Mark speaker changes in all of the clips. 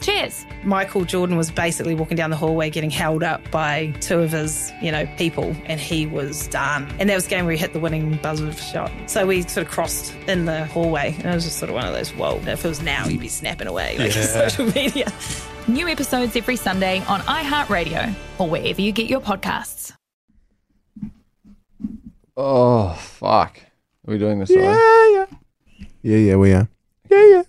Speaker 1: Cheers.
Speaker 2: Michael Jordan was basically walking down the hallway getting held up by two of his, you know, people, and he was done. And that was the game where he hit the winning buzzer shot. So we sort of crossed in the hallway, and it was just sort of one of those, whoa, if it was now, you'd be snapping away like
Speaker 3: Yeah.
Speaker 2: social media.
Speaker 1: New episodes every Sunday on iHeartRadio or wherever you get your podcasts.
Speaker 4: Oh fuck! Are we doing this? the way?
Speaker 3: Yeah, yeah.
Speaker 5: Yeah, yeah, we are.
Speaker 3: Yeah, yeah.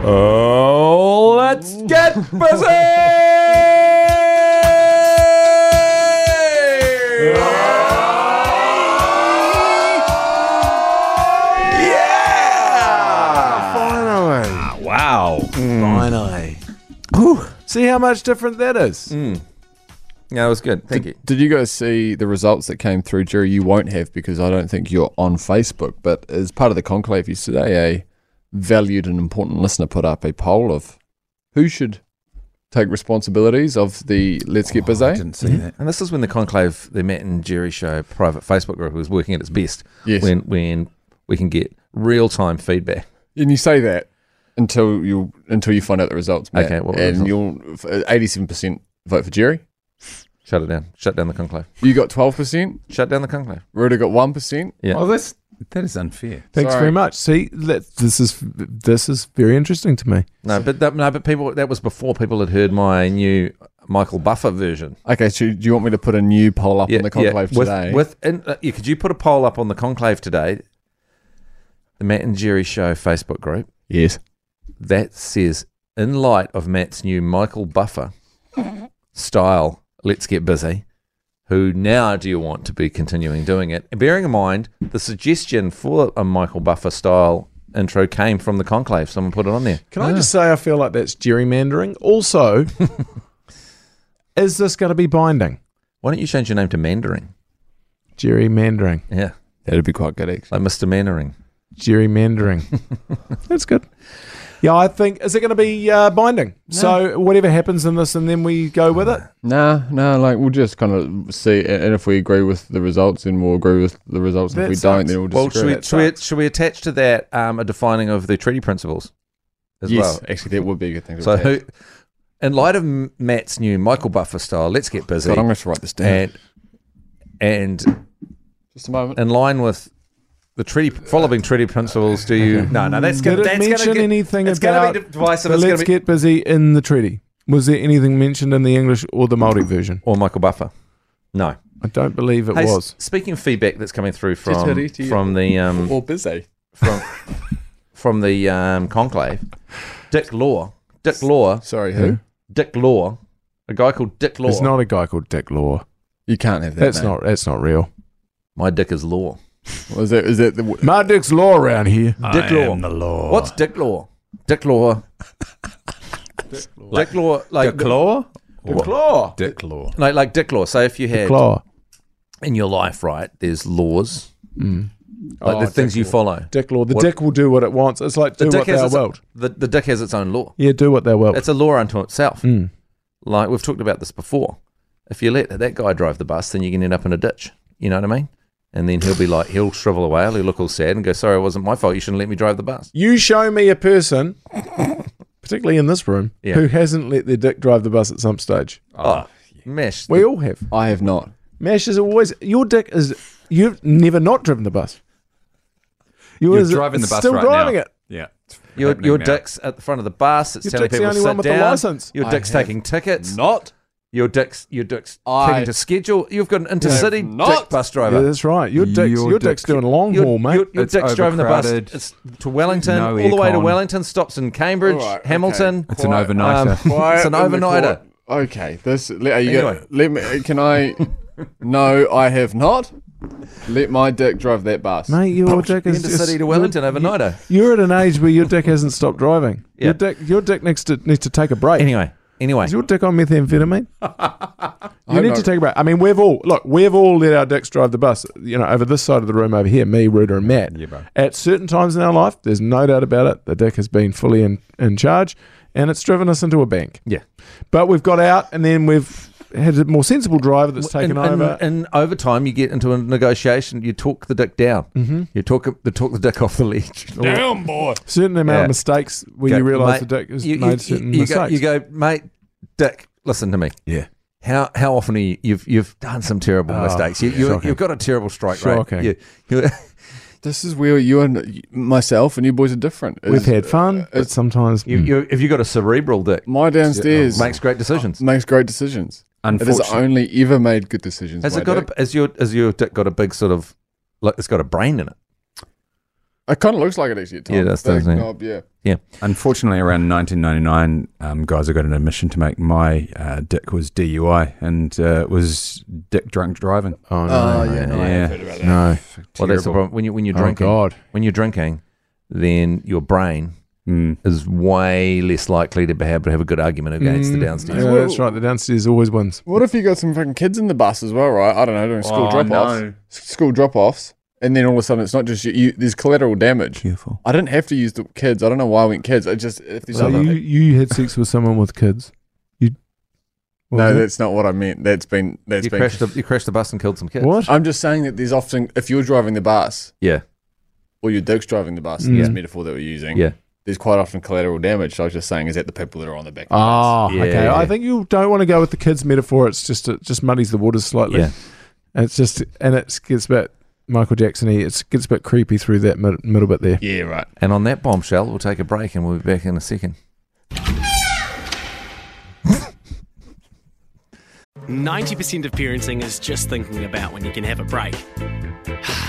Speaker 3: Oh, let's get busy! Yeah!
Speaker 5: Finally.
Speaker 3: Wow. Hmm.
Speaker 5: Finally. Ooh, see how much different that is.
Speaker 3: Yeah, that was good. Thank you.
Speaker 4: Did you guys see the results that came through, Jerry? You won't have because I don't think you're on Facebook. But as part of the conclave yesterday, a valued and important listener put up a poll of who should take responsibilities of the Let's Get Busy.
Speaker 5: I didn't see that.
Speaker 3: And this is when the conclave, the Matt and Jerry show private Facebook group was working at its best.
Speaker 4: Yes.
Speaker 3: When when we can get real time feedback.
Speaker 4: And you say that until you until you find out the results. Matt.
Speaker 3: Okay, what were the
Speaker 4: and you'll uh, eighty-seven percent vote for Jerry.
Speaker 3: Shut it down. Shut down the conclave.
Speaker 4: You got twelve percent.
Speaker 3: Shut down the conclave.
Speaker 4: Rhoda got one percent.
Speaker 3: Yeah.
Speaker 5: Oh, that's that is unfair.
Speaker 4: Thanks very
Speaker 5: much. See, let, this is this is very interesting to me.
Speaker 3: No, but that, no, but people that was before people had heard my new Michael Buffer version.
Speaker 4: Okay, so do you want me to put a new poll up on the conclave
Speaker 3: with,
Speaker 4: today?
Speaker 3: With and, uh, yeah, could you put a poll up on the conclave today? The Matt and Jerry show Facebook group.
Speaker 4: yes.
Speaker 3: that says, in light of Matt's new Michael Buffer style, let's get busy. Who now do you want to be continuing doing it? And bearing in mind, the suggestion for a Michael Buffer style intro came from the conclave. Someone put it on there.
Speaker 5: Can I just say I feel like that's gerrymandering? Also, is this going to be binding?
Speaker 3: Why don't you change your name to Mandarin?
Speaker 5: Gerrymandering.
Speaker 3: Yeah,
Speaker 4: That'd be quite good, actually.
Speaker 3: like Mr. Mannering.
Speaker 5: Gerrymandering. that's good. Yeah, I think is it going to be uh, binding? So whatever happens in this, and then we go with it.
Speaker 4: Nah, nah, like we'll just kind of see, a- and if we agree with the results, then we'll agree with the results. and if
Speaker 5: That
Speaker 4: we don't,
Speaker 5: sucks.
Speaker 4: then we'll just.
Speaker 3: Well, should we,
Speaker 5: that
Speaker 3: should, we,
Speaker 5: sucks.
Speaker 3: should we attach to that um, a defining of the treaty principles as
Speaker 4: yes,
Speaker 3: well?
Speaker 4: actually, that would be a good thing. To
Speaker 3: So,
Speaker 4: attach.
Speaker 3: who, in light of M- Matt's new Michael Buffer style, let's get busy.
Speaker 4: God, I'm going to have to write this down.
Speaker 3: and and
Speaker 4: just a moment.
Speaker 3: in line with the treaty following treaty principles do you no no that's
Speaker 5: Did
Speaker 3: gonna,
Speaker 5: it
Speaker 3: that's gonna
Speaker 5: mention
Speaker 3: get,
Speaker 5: anything
Speaker 3: it's
Speaker 5: about
Speaker 3: gonna be divisive
Speaker 5: the
Speaker 3: it's
Speaker 5: let's
Speaker 3: gonna be,
Speaker 5: get busy in the treaty? Was there anything mentioned in the English or the Maori version?
Speaker 3: or Michael Buffer no
Speaker 5: I don't believe it
Speaker 3: Hey, s-
Speaker 5: was.
Speaker 3: speaking of feedback that's coming through from
Speaker 4: hurry to you.
Speaker 3: from the um
Speaker 4: Or busy.
Speaker 3: from from the um conclave Dick Law Dick Law
Speaker 4: Sorry, who?
Speaker 3: Dick Law a guy called Dick Law
Speaker 5: It's not a guy called Dick Law.
Speaker 4: You can't have that.
Speaker 5: That's
Speaker 4: name.
Speaker 5: not. That's not real.
Speaker 3: my dick is Law
Speaker 4: Well, is that? Is that the? w-
Speaker 5: My Dick's Law around here.
Speaker 3: Dick Law
Speaker 5: law.
Speaker 3: what's Dick Law Dick Law Dick Law like
Speaker 6: Dick Law?
Speaker 5: Dick Law?
Speaker 6: Dick Law.
Speaker 3: like, like Dick Law so if you had
Speaker 5: Dick Law.
Speaker 3: in your life, right? There's laws, like the things you follow.
Speaker 5: Dick Oh, Law. The
Speaker 3: What-
Speaker 5: dick will do what it wants. It's like do what thou
Speaker 3: its,
Speaker 5: wilt.
Speaker 3: the, the dick has its own law.
Speaker 5: Yeah, do what Hmm. thou wilt.
Speaker 3: It's a law unto itself. Like we've talked about this before. If you let that guy drive the bus, then you can end up in a ditch. You know what I mean? And then he'll be like, he'll shrivel away, he'll look all sad and go, "Sorry, it wasn't my fault. You shouldn't let me drive the bus."
Speaker 5: you show me a person, particularly in this room,
Speaker 3: Yeah.
Speaker 5: who hasn't let their dick drive the bus at some stage.
Speaker 3: Oh,
Speaker 4: Ah,
Speaker 3: mesh.
Speaker 5: We all have.
Speaker 4: I have not.
Speaker 5: Mash is always your dick is. You've never not driven the bus. You
Speaker 6: You're
Speaker 5: is-
Speaker 6: driving the
Speaker 5: it's
Speaker 6: bus
Speaker 5: Still
Speaker 6: right
Speaker 5: driving
Speaker 6: now.
Speaker 5: it.
Speaker 6: Yeah. it's
Speaker 3: your
Speaker 6: happening
Speaker 3: your
Speaker 6: now.
Speaker 3: dick's at the front of the bus. It's
Speaker 5: Your
Speaker 3: telling
Speaker 5: dick's the
Speaker 3: people to
Speaker 5: only
Speaker 3: sit
Speaker 5: one with the
Speaker 3: down.
Speaker 5: license.
Speaker 3: Your
Speaker 4: I
Speaker 3: dick's
Speaker 4: have
Speaker 3: taking tickets.
Speaker 4: Not.
Speaker 3: your dick's your dick's
Speaker 4: I-
Speaker 3: taking to schedule. You've got an intercity
Speaker 4: not.
Speaker 3: dick bus
Speaker 5: Yeah,
Speaker 3: driver.
Speaker 5: that's right. Your dick's your,
Speaker 6: Your
Speaker 5: dick's
Speaker 6: dick-
Speaker 5: doing long
Speaker 3: Your,
Speaker 5: haul, mate.
Speaker 3: your, your
Speaker 6: It's
Speaker 3: dick's driving the bus
Speaker 6: overcrowded.
Speaker 3: it's to Wellington,
Speaker 6: No
Speaker 3: all the way to
Speaker 6: aircon.
Speaker 3: Wellington, stops in Cambridge,
Speaker 4: All right, okay.
Speaker 3: Hamilton. Um,
Speaker 6: It's an
Speaker 4: Quiet.
Speaker 6: overnighter.
Speaker 4: Quiet
Speaker 3: an
Speaker 4: in the
Speaker 3: overnighter.
Speaker 4: court. Okay, this. Let, are you
Speaker 3: Anyway.
Speaker 4: gonna- let me. Can I? no, I have not. Let my dick drive that bus.
Speaker 5: Mate, your dick is
Speaker 3: Into
Speaker 5: just-
Speaker 3: city to Wellington
Speaker 5: you're-
Speaker 3: overnighter.
Speaker 5: You're at an age where your dick hasn't stopped driving.
Speaker 3: Yeah.
Speaker 5: Your dick, your dick needs to needs to take a break.
Speaker 3: Anyway, anyway,
Speaker 5: Is your dick on methamphetamine? you need to take a break. I mean, we've all look, we've all let our dicks drive the bus. You know, over this side of the room, over here, me, Ruder, and Matt.
Speaker 6: Yeah, bro.
Speaker 5: At certain times in our life, there's no doubt about it. The dick has been fully in, in charge, and it's driven us into a bank.
Speaker 3: Yeah.
Speaker 5: But we've got out, and then we've had a more sensible driver that's taken
Speaker 3: and, and-
Speaker 5: over.
Speaker 3: And, over time, you get into a negotiation. You talk the dick down. Mm-hmm. You talk the talk the dick off the ledge.
Speaker 6: Damn, boy.
Speaker 5: certain amount
Speaker 3: Yeah.
Speaker 5: of mistakes where
Speaker 3: Go,
Speaker 5: you realise the
Speaker 3: "Mate,"
Speaker 5: dick has
Speaker 3: you- you-
Speaker 5: made certain
Speaker 3: you- you go,
Speaker 5: mistakes.
Speaker 3: you go, mate, dick. Listen to me.
Speaker 6: Yeah.
Speaker 3: How how often are you, you've you've done some terrible
Speaker 5: Oh,
Speaker 3: mistakes? You, you
Speaker 5: shocking.
Speaker 3: you've got a terrible strike
Speaker 5: Shocking.
Speaker 3: rate. You, you,
Speaker 4: This is where you and myself and you boys are different.
Speaker 5: we've
Speaker 4: is uh,
Speaker 5: had fun, but sometimes
Speaker 3: you, you, if you got a cerebral dick,
Speaker 4: My downstairs
Speaker 3: oh, makes great
Speaker 5: Oh,
Speaker 3: decisions.
Speaker 4: makes great decisions. It has
Speaker 6: Unfortunately.
Speaker 4: only ever made good
Speaker 5: mm.
Speaker 4: decisions.
Speaker 3: Has
Speaker 4: my
Speaker 3: it got
Speaker 4: dick.
Speaker 3: a has your has your dick got a big sort of like it's got a brain in it?
Speaker 4: It kind of looks like it actually. At
Speaker 3: Yeah,
Speaker 4: times.
Speaker 3: that's the
Speaker 4: Big
Speaker 3: thing.
Speaker 4: knob, yeah.
Speaker 6: Unfortunately, around 1999, um, guys, I got an admission to make. My uh, dick was DUI and uh, it was dick drunk driving.
Speaker 5: Oh no!
Speaker 4: Oh, yeah, no, I have
Speaker 6: yeah.
Speaker 4: heard about that.
Speaker 5: no.
Speaker 3: Well, that's the problem when you when you're drinking.
Speaker 5: Oh God!
Speaker 3: When you're drinking, then your brain
Speaker 6: Mm.
Speaker 3: is way less likely to be able to have a good argument Mm. against the downstairs.
Speaker 5: Mm. Yeah, that's right. The downstairs always wins.
Speaker 4: What if you got some fucking kids in the bus as well, right? I don't know, doing school
Speaker 6: Oh,
Speaker 4: drop offs,
Speaker 6: no.
Speaker 4: school drop offs, and then all of a sudden it's not just you, you. There's collateral damage.
Speaker 6: Beautiful.
Speaker 4: I didn't have to use the kids. I don't know why I went kids. I just if there's
Speaker 5: So
Speaker 4: other-
Speaker 5: you you had sex with someone with kids? You what
Speaker 4: no,
Speaker 5: was it?
Speaker 4: that's not what I meant. That's been that's
Speaker 3: You
Speaker 4: been.
Speaker 3: crashed the, you crashed the bus and killed some kids.
Speaker 5: what?
Speaker 4: I'm just saying that there's often if you're driving the bus
Speaker 3: Yeah.
Speaker 4: or your dick's driving the bus. in
Speaker 5: Yeah.
Speaker 4: This metaphor that we're using.
Speaker 3: Yeah.
Speaker 4: There's quite often collateral damage. So I was just saying, is that the people that are on the back? Of the bus?
Speaker 5: Oh,
Speaker 3: Yeah,
Speaker 5: okay.
Speaker 3: yeah.
Speaker 5: I think you don't want to go with the kids metaphor. It's just it just muddies the waters slightly.
Speaker 3: Yeah.
Speaker 5: And it's just and it gets a bit Michael Jackson. y It gets a bit creepy through that mid, middle bit there.
Speaker 4: Yeah, right.
Speaker 3: And on that bombshell, we'll take a break and we'll be back in a second.
Speaker 7: Ninety percent of parenting is just thinking about when you can have a break.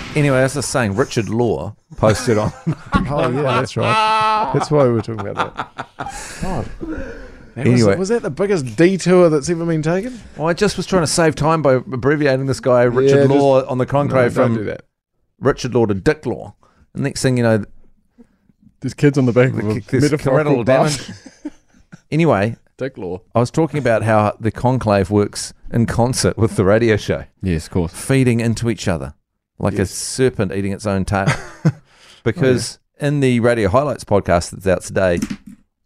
Speaker 3: Anyway, as I was saying, Richard Law posted on.
Speaker 5: Oh yeah, that's right. That's why we were talking about that. God. That was-
Speaker 3: Anyway.
Speaker 5: was, that the biggest detour that's ever been taken?
Speaker 3: well, I just was trying to save time by abbreviating this guy,
Speaker 5: Yeah,
Speaker 3: Richard
Speaker 5: just-
Speaker 3: Law, on the conclave
Speaker 5: don't do
Speaker 3: from
Speaker 5: that.
Speaker 3: Richard Law to Dick Law. And next thing you know,
Speaker 4: There's kids on the back of a
Speaker 3: this
Speaker 4: metaphorical
Speaker 3: collateral
Speaker 4: bus.
Speaker 3: damage. anyway,
Speaker 4: Dick law.
Speaker 3: I was talking about how the conclave works in concert with the radio show,
Speaker 4: Yes, of course.
Speaker 3: feeding into each other like a serpent eating its own tail.
Speaker 4: Oh,
Speaker 3: because in the Radio Highlights podcast that's out today,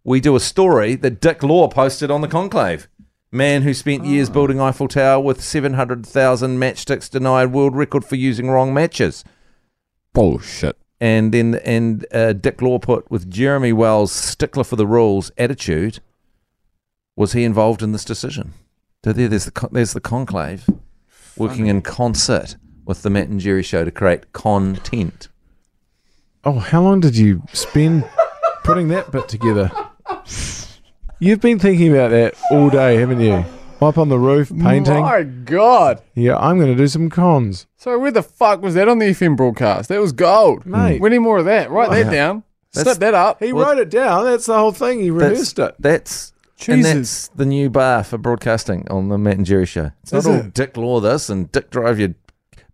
Speaker 3: we do a story that Dick Law posted on the conclave. Man who spent
Speaker 4: Oh.
Speaker 3: years building Eiffel Tower with 700,000 matchsticks denied world record for using wrong matches.
Speaker 4: Bullshit.
Speaker 3: and then and uh, Dick Law put with Jeremy Wells' stickler for the rules attitude. Was he involved in this decision? So there, there's the con- there's the conclave, working in concert with the Matt and Jerry show to create content.
Speaker 5: Oh, how long did you spend putting that bit together? You've been thinking about that all day, haven't you? Up on the roof, painting.
Speaker 4: My God.
Speaker 5: Yeah, I'm going to do some cons.
Speaker 4: So where the fuck was that on the FM broadcast? That was gold.
Speaker 5: Mate.
Speaker 4: We need more of that. Write that down. Snip that up.
Speaker 5: He
Speaker 3: Well-
Speaker 5: wrote it down. That's the whole thing. He
Speaker 3: That's
Speaker 5: rehearsed it.
Speaker 3: that's and that's the new bar for broadcasting on the Matt and Jerry show. It's not
Speaker 4: Is
Speaker 3: all
Speaker 4: it?
Speaker 3: Dick Law this and Dick drive your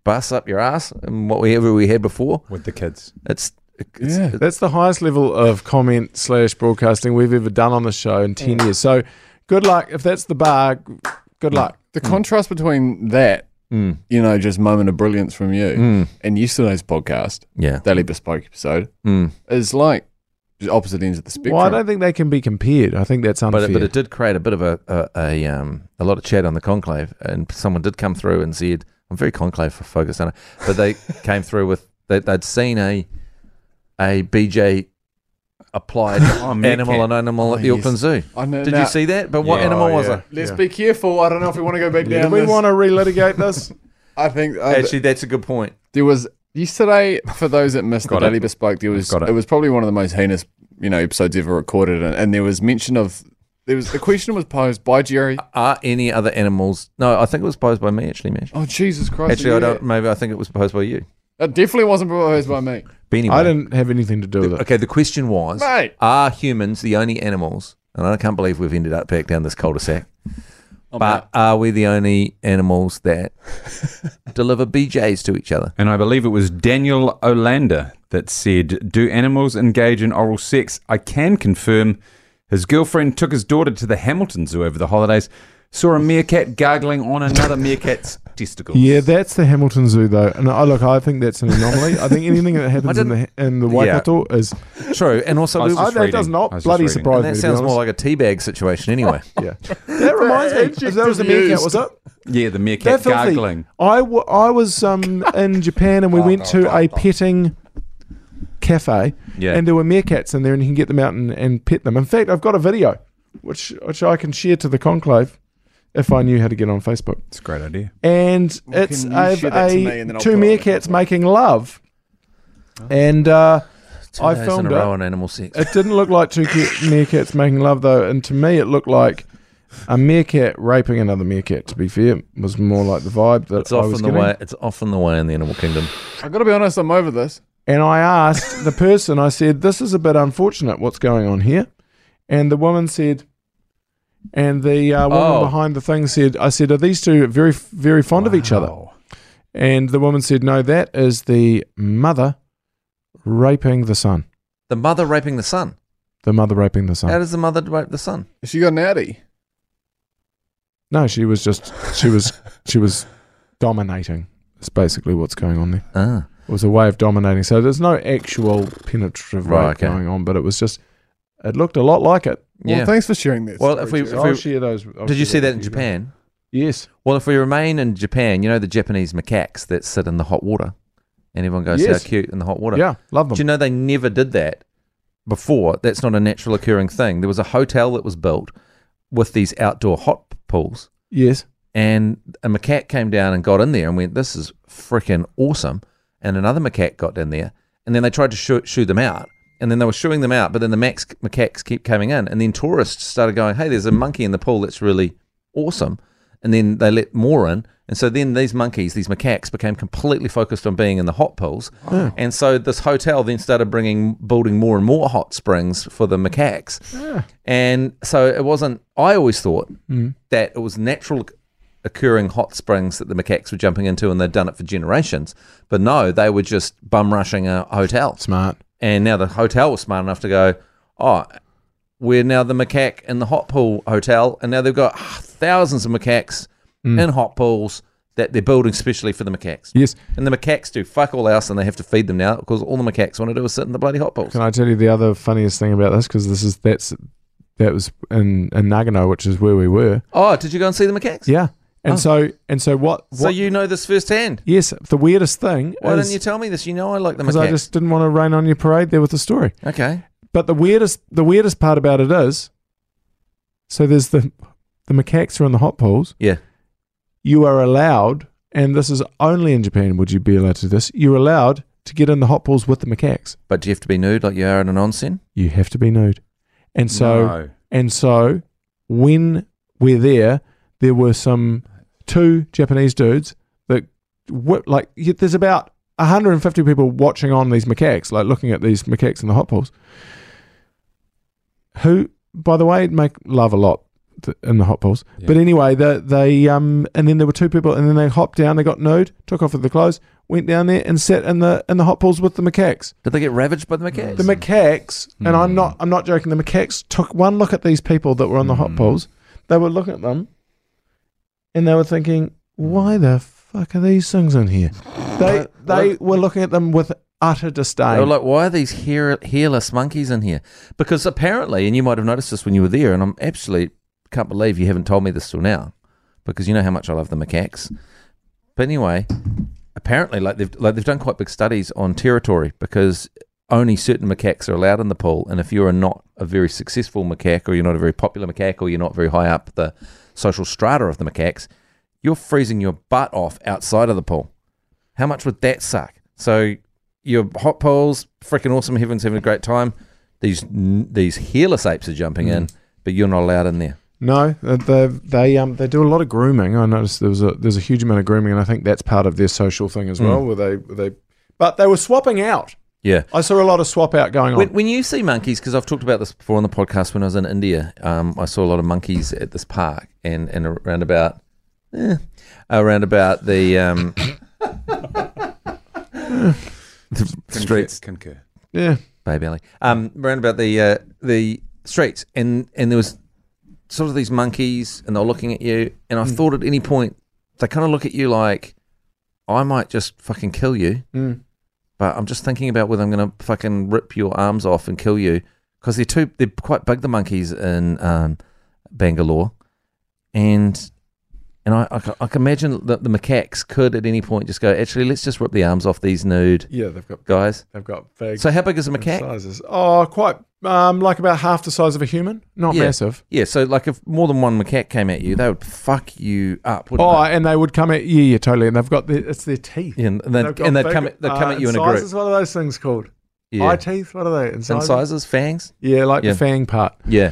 Speaker 3: bus up your ass and whatever we had before.
Speaker 6: With the kids.
Speaker 3: It's, it's
Speaker 4: Yeah.
Speaker 5: That's the highest level of comment slash broadcasting we've ever done on the show in 10 years. So good luck. If that's the bar, g- good luck.
Speaker 4: The contrast between that,
Speaker 3: Mm.
Speaker 4: you know, just moment of brilliance from you,
Speaker 3: Hmm.
Speaker 4: and yesterday's podcast,
Speaker 3: yeah.
Speaker 4: Daily Bespoke episode,
Speaker 3: Mm.
Speaker 4: is like the opposite ends of the spectrum.
Speaker 5: Well, I don't think they can be compared. I think that's
Speaker 3: But
Speaker 5: unfair.
Speaker 3: it, but it did create a bit of a a, a, um, a lot of chat on the conclave, and someone did come through and said, "I'm very conclave for focus on it," but they came through with they, they'd seen a a BJ applied
Speaker 4: Oh,
Speaker 3: animal
Speaker 6: cat.
Speaker 3: and animal at the
Speaker 4: yes.
Speaker 3: Auckland Zoo.
Speaker 4: I know,
Speaker 3: Did
Speaker 4: now- oh,
Speaker 3: you see that? But what animal was it?
Speaker 4: Let's be careful. I don't know if we want to go back
Speaker 5: oh, Do
Speaker 4: down.
Speaker 5: we
Speaker 4: this.
Speaker 5: want to relitigate this?
Speaker 4: I think uh,
Speaker 3: Actually, that's a good point.
Speaker 4: there was yesterday. For those that missed the
Speaker 6: Got it.
Speaker 4: Daily Bespoke, there was
Speaker 6: Got
Speaker 4: it.
Speaker 6: it.
Speaker 4: was probably one of the most heinous, you know, episodes ever recorded, and, and there was mention of. There was the question was posed by Jerry.
Speaker 3: Are any other animals? No, I think it was posed by me actually, Mash.
Speaker 4: Oh Jesus Christ!
Speaker 3: Actually, I
Speaker 4: yeah.
Speaker 3: don't. Maybe I think it was posed by you.
Speaker 4: It definitely wasn't proposed by me.
Speaker 3: Beanie.
Speaker 5: I
Speaker 3: Wave.
Speaker 5: didn't have anything to do with it.
Speaker 3: Okay, the question was:
Speaker 4: Mate.
Speaker 3: Are humans the only animals? And I can't believe we've ended up back down this cul-de-sac. but are we the only animals that deliver BJ's to each other?
Speaker 6: And I believe it was Daniel Olander that said, Do animals engage in oral sex? I can confirm. His girlfriend took his daughter to the Hamilton Zoo over the holidays, saw a meerkat gargling on another meerkat's testicles.
Speaker 5: Yeah, that's the Hamilton Zoo though, and I look, I think that's an anomaly. I think anything that happens in the in the Waikato is
Speaker 3: True, and also
Speaker 6: I
Speaker 3: we
Speaker 6: was
Speaker 5: I,
Speaker 6: just
Speaker 5: that does
Speaker 6: reading. I
Speaker 5: not
Speaker 6: was just
Speaker 5: bloody
Speaker 6: reading.
Speaker 5: surprise
Speaker 3: and
Speaker 5: me.
Speaker 3: that
Speaker 5: to be
Speaker 3: sounds more
Speaker 5: honest.
Speaker 3: like a teabag situation anyway.
Speaker 5: yeah. That reminds me. That was a
Speaker 4: used.
Speaker 5: meerkat, was it?
Speaker 6: Yeah, the meerkat
Speaker 5: They're filthy.
Speaker 6: gargling.
Speaker 5: I, w- I was um, in Japan
Speaker 4: Oh,
Speaker 5: and we went to a petting cafe
Speaker 3: Yeah.
Speaker 5: and there were meerkats in there and you can get them out and, and pet them. In fact, I've got a video which which I can share to the conclave if I knew how to get on Facebook.
Speaker 6: It's a great idea.
Speaker 5: And it's
Speaker 4: can you
Speaker 5: I've
Speaker 4: share that to me
Speaker 5: a,
Speaker 4: and then I'll put it
Speaker 5: two
Speaker 4: on the
Speaker 5: meerkats
Speaker 4: conclave?
Speaker 5: making love. And uh,
Speaker 3: Two
Speaker 5: I
Speaker 3: days
Speaker 5: filmed
Speaker 3: in a row
Speaker 5: it.
Speaker 3: on animal sex.
Speaker 5: it didn't look like two ca- meerkats making love though, and to me it looked like a meerkat raping another meerkat. To be fair, was more like the vibe that
Speaker 3: It's
Speaker 5: I
Speaker 3: often
Speaker 5: was
Speaker 3: the
Speaker 5: getting.
Speaker 3: way. It's often the way in the animal kingdom.
Speaker 4: I got to be honest. I'm over this.
Speaker 5: And I asked the person, I said, This is a bit unfortunate what's going on here. And the woman said, and the uh, woman
Speaker 3: Oh.
Speaker 5: behind the thing said, I said, Are these two very, very fond of each other? And the woman said, No, that is the mother raping the son.
Speaker 3: The mother raping the son.
Speaker 5: The mother raping the son.
Speaker 3: How does the mother rape the son?
Speaker 4: She got an outie.
Speaker 5: no, she was just, she was, she was dominating. That's basically what's going on there.
Speaker 3: Ah,
Speaker 5: It was a way of dominating. So there's no actual penetrative
Speaker 3: Right,
Speaker 5: rape
Speaker 3: okay.
Speaker 5: going on, but it was just, it looked a lot like it.
Speaker 4: Well,
Speaker 3: yeah.
Speaker 4: thanks for sharing that.
Speaker 3: Well, if we,
Speaker 4: story,
Speaker 3: if
Speaker 4: Jerry.
Speaker 5: I'll
Speaker 3: we
Speaker 5: share those. I'll
Speaker 3: did you see
Speaker 5: share
Speaker 3: that
Speaker 5: those
Speaker 3: in
Speaker 5: with you.
Speaker 3: Japan?
Speaker 5: Yes.
Speaker 3: Well, if we remain in Japan, you know the Japanese macaques that sit in the hot water, and everyone goes,
Speaker 5: Yes.
Speaker 3: "How cute!" in the hot water.
Speaker 5: Yeah, love them.
Speaker 3: Do you know they never did that before? That's not a natural occurring thing. There was a hotel that was built with these outdoor hot pools,
Speaker 5: yes.
Speaker 3: and a macaque came down and got in there and went, "This is freaking awesome!" And another macaque got in there, and then they tried to shoo, shoo them out, and then they were shooing them out, but then the max macaques keep coming in, and then tourists started going, "Hey, there's a monkey in the pool that's really awesome," and then they let more in, and so then these monkeys, these macaques, became completely focused on being in the hot pools, and so this hotel then started bringing building more and more hot springs for the macaques, and so it wasn't. I always thought that it was natural occurring hot springs that the macaques were jumping into and they'd done it for generations. But no, they were just bum rushing a hotel.
Speaker 5: Smart.
Speaker 3: And now the hotel was smart enough to go, oh, we're now the macaque in the hot pool hotel. And now they've got ah, thousands of macaques
Speaker 5: Mm.
Speaker 3: in hot pools that they're building specially for the macaques.
Speaker 5: Yes.
Speaker 3: And the macaques do fuck all else and they have to feed them now because all the macaques want to do is sit in the bloody hot pools.
Speaker 5: Can I tell you the other funniest thing about this? Because this is that's that was in, in Nagano, which is where we were.
Speaker 3: Oh, did you go and see the macaques?
Speaker 5: Yeah. And
Speaker 3: Oh.
Speaker 5: so and so what? what
Speaker 3: So you know this firsthand.
Speaker 5: yes. The weirdest thing
Speaker 3: Why
Speaker 5: is
Speaker 3: didn't you tell me this? You know I like the
Speaker 5: because
Speaker 3: macaques.
Speaker 5: I just didn't want to rain on your parade there with the story.
Speaker 3: okay.
Speaker 5: But the weirdest the weirdest part about it is, so there's the the macaques are in the hot pools.
Speaker 3: Yeah.
Speaker 5: You are allowed, and this is only in Japan. Would you be allowed to do this? You're allowed to get in the hot pools with the macaques.
Speaker 3: But do you have to be nude like you are in an onsen?
Speaker 5: you have to be nude. And so
Speaker 6: No.
Speaker 5: and so when we're there, there were some two Japanese dudes that whip, like y- there's about 150 people watching on these macaques, like looking at these macaques in the hot pools. Who, by the way, make love a lot th- in the hot pools. But anyway, they, they um and then there were two people, and then they hopped down, they got nude, took off of the clothes, went down there and sat in the in the hot pools with the macaques.
Speaker 3: Did they get ravaged by the macaques?
Speaker 5: The macaques, and I'm not I'm not joking, the macaques took one look at these people that were on the hot poles. They were looking at them and they were thinking, Why the fuck are these things in here? They they were looking at them with utter
Speaker 3: they were
Speaker 5: disdain.
Speaker 3: like, why are these hair- hairless monkeys in here? Because apparently, and you might have noticed this when you were there, and I'm actually can't believe you haven't told me this till now, because you know how much I love the macaques. But anyway, apparently, like they've like they've done quite big studies on territory because only certain macaques are allowed in the pool, and if you are not a very successful macaque, or you're not a very popular macaque, or you're not very high up the social strata of the macaques, you're freezing your butt off outside of the pool. How much would that suck? So your hot poles, freaking awesome. Everyone's having a great time. These these hairless apes are jumping in. but you're not allowed in there.
Speaker 5: No, uh, they they um they do a lot of grooming. I noticed there was a there's a huge amount of grooming, and I think that's part of their social thing as well. Where they where they, but they were swapping out.
Speaker 3: Yeah.
Speaker 5: I saw a lot of swap out going on.
Speaker 3: When, when you see monkeys, because I've talked about this before on the podcast when I was in India, um, I saw a lot of monkeys at this park and, and around about, eh, around about the um, the streets,
Speaker 6: Concur.
Speaker 5: yeah,
Speaker 3: Babe Alley, um, around about the uh, the streets, and and there was sort of these monkeys, and they were looking at you, and I thought at any point they kind of look at you like, I might just fucking kill you
Speaker 5: Mm.
Speaker 3: but I'm just thinking about whether I'm going to fucking rip your arms off and kill you because they're too they're quite big the monkeys in um, Bangalore, and and I, I, ca- I can imagine that the macaques could at any point just go actually let's just rip the arms off these nude
Speaker 5: yeah. They've got
Speaker 3: guys.
Speaker 5: they've got big
Speaker 3: So how big is a macaque?
Speaker 5: sizes. Oh, quite um like about half the size of a human. Not
Speaker 3: Yeah.
Speaker 5: massive.
Speaker 3: Yeah, so like if more than one macaque came at you, they would fuck you up. Wouldn't
Speaker 5: Oh,
Speaker 3: they?
Speaker 5: and they would come at yeah, yeah, totally. And they've got their, it's their teeth.
Speaker 3: Yeah, and then
Speaker 5: They've got
Speaker 3: and they'd
Speaker 5: big,
Speaker 3: come at, they'd come
Speaker 5: uh,
Speaker 3: at you in a
Speaker 5: incisors,
Speaker 3: group.
Speaker 5: What are those things called? Eye
Speaker 3: Yeah,
Speaker 5: teeth. What are they? Incisors.
Speaker 3: incisors, fangs.
Speaker 5: Yeah, like
Speaker 3: Yeah.
Speaker 5: the fang part.
Speaker 3: Yeah.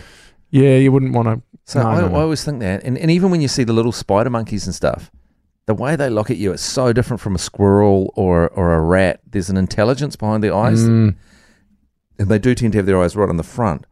Speaker 5: Yeah, you wouldn't want to.
Speaker 3: So
Speaker 5: No,
Speaker 3: I,
Speaker 5: no, no.
Speaker 3: I always think that, and, and even when you see the little spider monkeys and stuff, the way they look at you, it's so different from a squirrel or or a rat. There's an intelligence behind their eyes,
Speaker 5: Mm.
Speaker 3: and they do tend to have their eyes right on the front.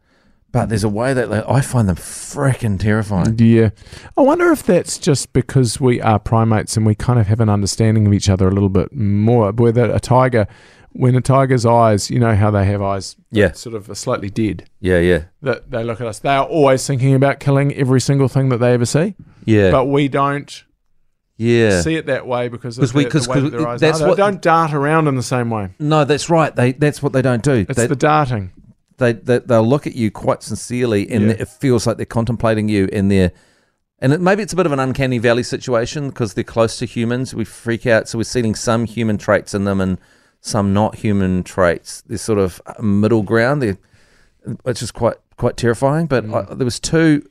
Speaker 3: But there's a way that they, I find them freaking terrifying.
Speaker 5: Yeah. I wonder if that's just because we are primates and we kind of have an understanding of each other a little bit more. Whether a tiger, when a tiger's eyes, you know how they have eyes
Speaker 3: Yeah,
Speaker 5: sort of are slightly dead,
Speaker 3: yeah, yeah,
Speaker 5: that they look at us. They are always thinking about killing every single thing that they ever see,
Speaker 3: yeah,
Speaker 5: but we don't
Speaker 3: yeah.
Speaker 5: see it that way because of
Speaker 3: 'Cause we-
Speaker 5: the,
Speaker 3: 'cause-
Speaker 5: the way that
Speaker 3: 'cause
Speaker 5: their eyes
Speaker 3: that's
Speaker 5: are. They
Speaker 3: what-
Speaker 5: don't dart around in the same way.
Speaker 3: no, that's right. They that's what they don't do.
Speaker 5: It's
Speaker 3: They,
Speaker 5: the darting.
Speaker 3: they, they they'll look at you quite sincerely, and
Speaker 5: Yeah.
Speaker 3: it feels like they're contemplating you, and they're and it, maybe it's a bit of an uncanny valley situation because they're close to humans. We freak out, so we're seeing some human traits in them and some not human traits. They're sort of uh, middle ground. They're which is quite quite terrifying. But I, there was two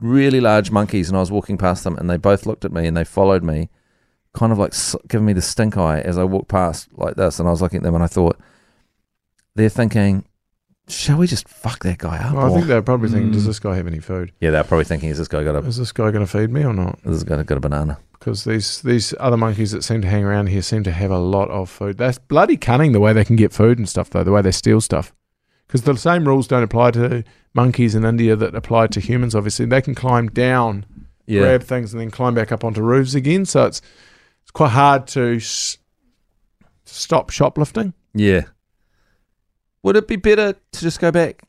Speaker 3: really large monkeys, and I was walking past them, and they both looked at me and they followed me, kind of like s- giving me the stink eye as I walked past like this. And I was looking at them, and I thought they're thinking, "Shall we just fuck that guy up?"
Speaker 5: Well, I
Speaker 3: or-
Speaker 5: think they're probably thinking,
Speaker 3: Mm.
Speaker 5: does this guy have any food?
Speaker 3: yeah, they're probably thinking, "Is this guy got a
Speaker 5: Is this guy going to feed me or not?
Speaker 3: this guy got a banana?"
Speaker 5: Because these, these other monkeys that seem to hang around here seem to have a lot of food. That's bloody cunning the way they can get food and stuff, though, the way they steal stuff. Because the same rules don't apply to monkeys in India that apply to humans, obviously. They can climb down,
Speaker 3: Yeah,
Speaker 5: grab things, and then climb back up onto roofs again. So it's, it's quite hard to s- stop shoplifting.
Speaker 3: yeah. Would it be better to just go back?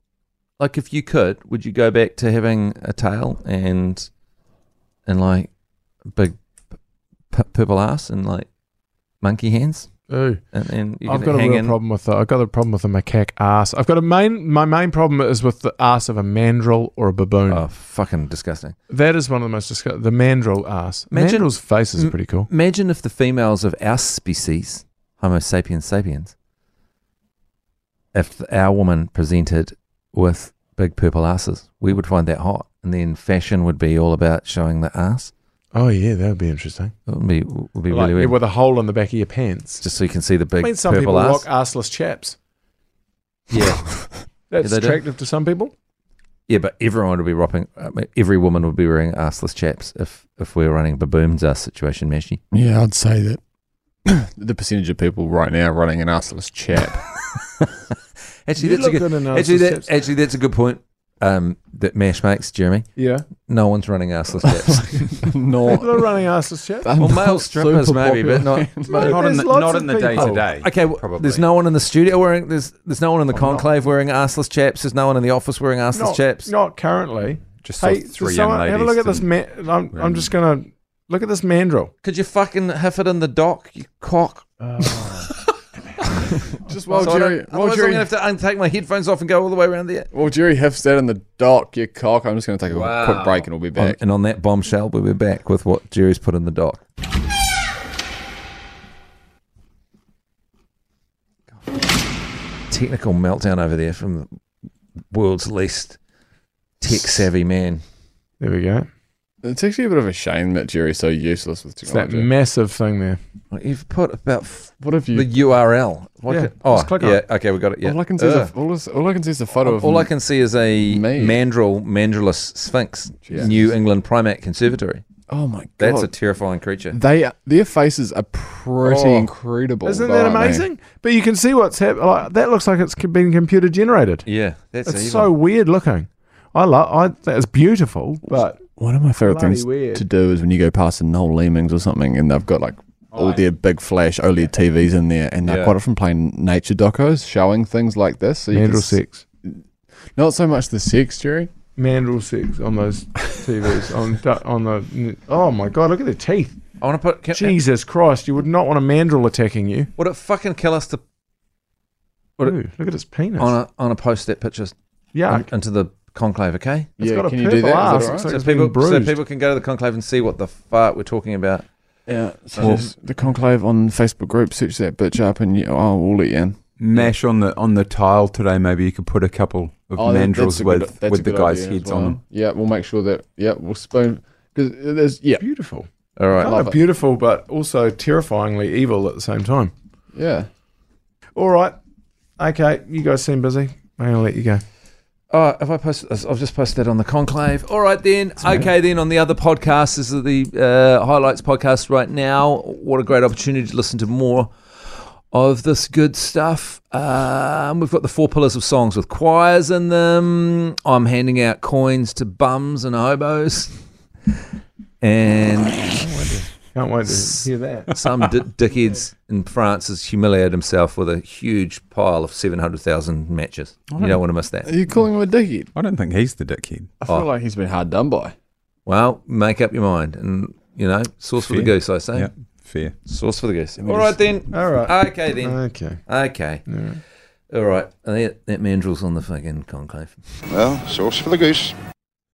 Speaker 3: Like, if you could, would you go back to having a tail and and like a big p- purple ass and like monkey hands?
Speaker 5: Ooh.
Speaker 3: And then you
Speaker 5: I've
Speaker 3: can
Speaker 5: got a
Speaker 3: hang
Speaker 5: real
Speaker 3: in.
Speaker 5: problem with the, I've got a problem with a macaque ass. I've got a main my main problem is with the ass of a mandrill or a baboon.
Speaker 3: Oh, fucking disgusting!
Speaker 5: That is one of the most disgusting. The mandrill ass.
Speaker 3: Imagine- Mm.
Speaker 5: Mandrill's faces are
Speaker 3: M-
Speaker 5: pretty cool.
Speaker 3: Imagine if the females of our species, Homo sapiens sapiens, if our woman presented with big purple asses, we would find that hot, and then fashion would be all about showing the ass.
Speaker 5: Oh yeah, that would be interesting.
Speaker 3: It would be would be
Speaker 5: Like,
Speaker 3: really weird.
Speaker 5: with a hole in the back of your pants.
Speaker 3: just so you can see the
Speaker 5: I
Speaker 3: big
Speaker 5: mean, some people
Speaker 3: purple ass.
Speaker 5: rock assless chaps.
Speaker 3: Yeah,
Speaker 5: That's
Speaker 3: they do.
Speaker 5: attractive to some people.
Speaker 3: yeah, but everyone would be ropping. I mean, every woman would be wearing assless chaps if if we were running baboons ass situation, Mashy.
Speaker 4: Yeah, I'd say that the percentage of people right now running an arseless chap.
Speaker 3: Actually,
Speaker 5: You
Speaker 3: that's
Speaker 5: look
Speaker 3: a good.
Speaker 5: good in assless
Speaker 3: Actually, that,
Speaker 5: chaps.
Speaker 3: actually, that's a good point. Um, that Mash makes, Jeremy.
Speaker 5: yeah,
Speaker 3: No one's running assless chaps.
Speaker 5: people
Speaker 4: not.
Speaker 5: are running assless chaps.
Speaker 3: well, male strippers maybe, but not.
Speaker 6: But not in
Speaker 5: There's
Speaker 6: the,
Speaker 5: lots
Speaker 6: not
Speaker 5: of
Speaker 6: in the day
Speaker 5: people.
Speaker 6: to day.
Speaker 3: Okay, well,
Speaker 6: Probably.
Speaker 3: there's no one in the studio wearing. There's there's no one
Speaker 4: Oh,
Speaker 3: in the conclave wearing assless chaps. There's no one in the office wearing assless
Speaker 5: Not,
Speaker 3: chaps.
Speaker 5: not currently.
Speaker 6: Just
Speaker 5: Hey,
Speaker 6: saw three young
Speaker 5: someone,
Speaker 6: ladies.
Speaker 5: have a look at this.
Speaker 6: didn't-
Speaker 5: Ma- I'm, I'm just gonna look at this mandrill.
Speaker 3: Could you fucking huff it in the dock, you cock?
Speaker 4: Just while
Speaker 3: So I
Speaker 4: Oh, Jerry,
Speaker 3: don't-
Speaker 4: while
Speaker 3: otherwise, I'm
Speaker 4: Jerry,
Speaker 3: gonna have to un- take my headphones off and go all the way around there.
Speaker 4: while Jerry hiffs that in the dock, you cock. I'm just going to take a quick break and we'll be
Speaker 3: On-
Speaker 4: back.
Speaker 3: and on that bombshell, we'll be back with what Jerry's put in the dock. Technical meltdown over there from the world's least tech savvy man.
Speaker 5: There we go.
Speaker 4: It's actually a bit of a shame that Jerry's so useless with
Speaker 5: It's that
Speaker 4: technology.
Speaker 5: massive thing there.
Speaker 3: Well, You've put about f-
Speaker 4: what have you?
Speaker 3: the URL. What
Speaker 5: Yeah,
Speaker 3: ca- oh,
Speaker 5: just click on
Speaker 3: yeah.
Speaker 5: it.
Speaker 3: Okay, we got it. Yeah.
Speaker 4: all I can see is a,
Speaker 3: Ugh.
Speaker 4: all, is, all I can see is a photo of.
Speaker 3: All I can see is a
Speaker 4: Me.
Speaker 3: mandrel, mandrelus sphinx,
Speaker 4: Jesus.
Speaker 3: New England Primate Conservatory.
Speaker 4: Oh my god!
Speaker 3: That's a terrifying creature.
Speaker 4: they are- their faces are pretty
Speaker 5: Oh.
Speaker 4: incredible.
Speaker 5: Isn't
Speaker 4: though,
Speaker 5: that
Speaker 4: aren't they?
Speaker 5: amazing? But you can see what's happening. Like, that looks like it's c- been computer generated.
Speaker 3: Yeah, that's
Speaker 5: It's
Speaker 3: evil.
Speaker 5: so weird looking. I love. I that's beautiful, but
Speaker 4: One of my favorite
Speaker 5: Bloody
Speaker 4: things
Speaker 5: weird.
Speaker 4: to do is when you go past a Noel Leemings or something, and they've got like all their big flash OLED TVs in there, and they're
Speaker 3: Yeah.
Speaker 4: quite often playing nature docos, showing things like this. So you can
Speaker 5: mandrel
Speaker 4: s-
Speaker 5: sex,
Speaker 4: Not so much the sex, Jerry.
Speaker 5: mandrel sex on those TVs on du- on the. Oh my god! Look at their teeth.
Speaker 3: I want to put. Can,
Speaker 5: Jesus Christ! You would not want a mandrel attacking you.
Speaker 3: Would it fucking kill us to What-
Speaker 5: Ooh, look at its penis.
Speaker 3: on a on a post that pictures in-
Speaker 5: Yuck!
Speaker 3: into the conclave? Okay.
Speaker 5: It's
Speaker 4: yeah,
Speaker 5: got a
Speaker 4: can you
Speaker 5: purple
Speaker 4: do that? Is that
Speaker 5: ass.
Speaker 4: all right?
Speaker 5: It's like
Speaker 3: So
Speaker 5: it's been
Speaker 3: people, so
Speaker 5: bruised.
Speaker 3: people can go to the conclave and see what the fart we're talking about.
Speaker 4: Yeah. So
Speaker 3: Well-
Speaker 4: just the conclave on Facebook group, search that bitch up, and you, oh, we'll let you in.
Speaker 6: Mash on the on the tile today. Maybe you could put a couple of
Speaker 4: Oh, that- that's
Speaker 6: mandrels
Speaker 4: a good-
Speaker 6: with
Speaker 4: that's
Speaker 6: with
Speaker 4: a
Speaker 6: the
Speaker 4: good
Speaker 6: guys'
Speaker 4: idea as
Speaker 6: heads
Speaker 4: well.
Speaker 6: on them.
Speaker 4: Yeah, we'll make sure that. Yeah, we'll spoon because there's yeah,
Speaker 5: beautiful.
Speaker 3: All right.
Speaker 5: Kind
Speaker 4: love
Speaker 5: of
Speaker 4: it.
Speaker 5: beautiful, but also terrifyingly evil at the same time.
Speaker 4: yeah.
Speaker 5: All right. Okay, you guys seem busy. I'm gonna let you go.
Speaker 3: Oh, have I posted? this? I've just posted that on the conclave. All right, then. Okay, then on the other podcasts, this is the uh, highlights podcast right now. What a great opportunity to listen to more of this good stuff. Um, we've got the four pillars of songs with choirs in them. I'm handing out coins to bums and hobos, and
Speaker 5: Can't wait to hear that.
Speaker 3: some d- dickheads in France has humiliated himself with a huge pile of seven hundred thousand matches. You don't want to miss
Speaker 4: Are
Speaker 3: that.
Speaker 4: you calling him a dickhead?
Speaker 6: I don't think he's the dickhead.
Speaker 4: I feel
Speaker 3: Oh.
Speaker 4: like he's been hard done by.
Speaker 3: Well, make up your mind and, you know, source for the
Speaker 6: Fair.
Speaker 3: goose, I say.
Speaker 6: Yeah, fair.
Speaker 3: Source for the goose. All right, then.
Speaker 5: All right.
Speaker 3: Okay, then.
Speaker 5: Okay.
Speaker 3: Okay. All right. That, that mandrel's on the fucking conclave.
Speaker 8: Well, source for the goose.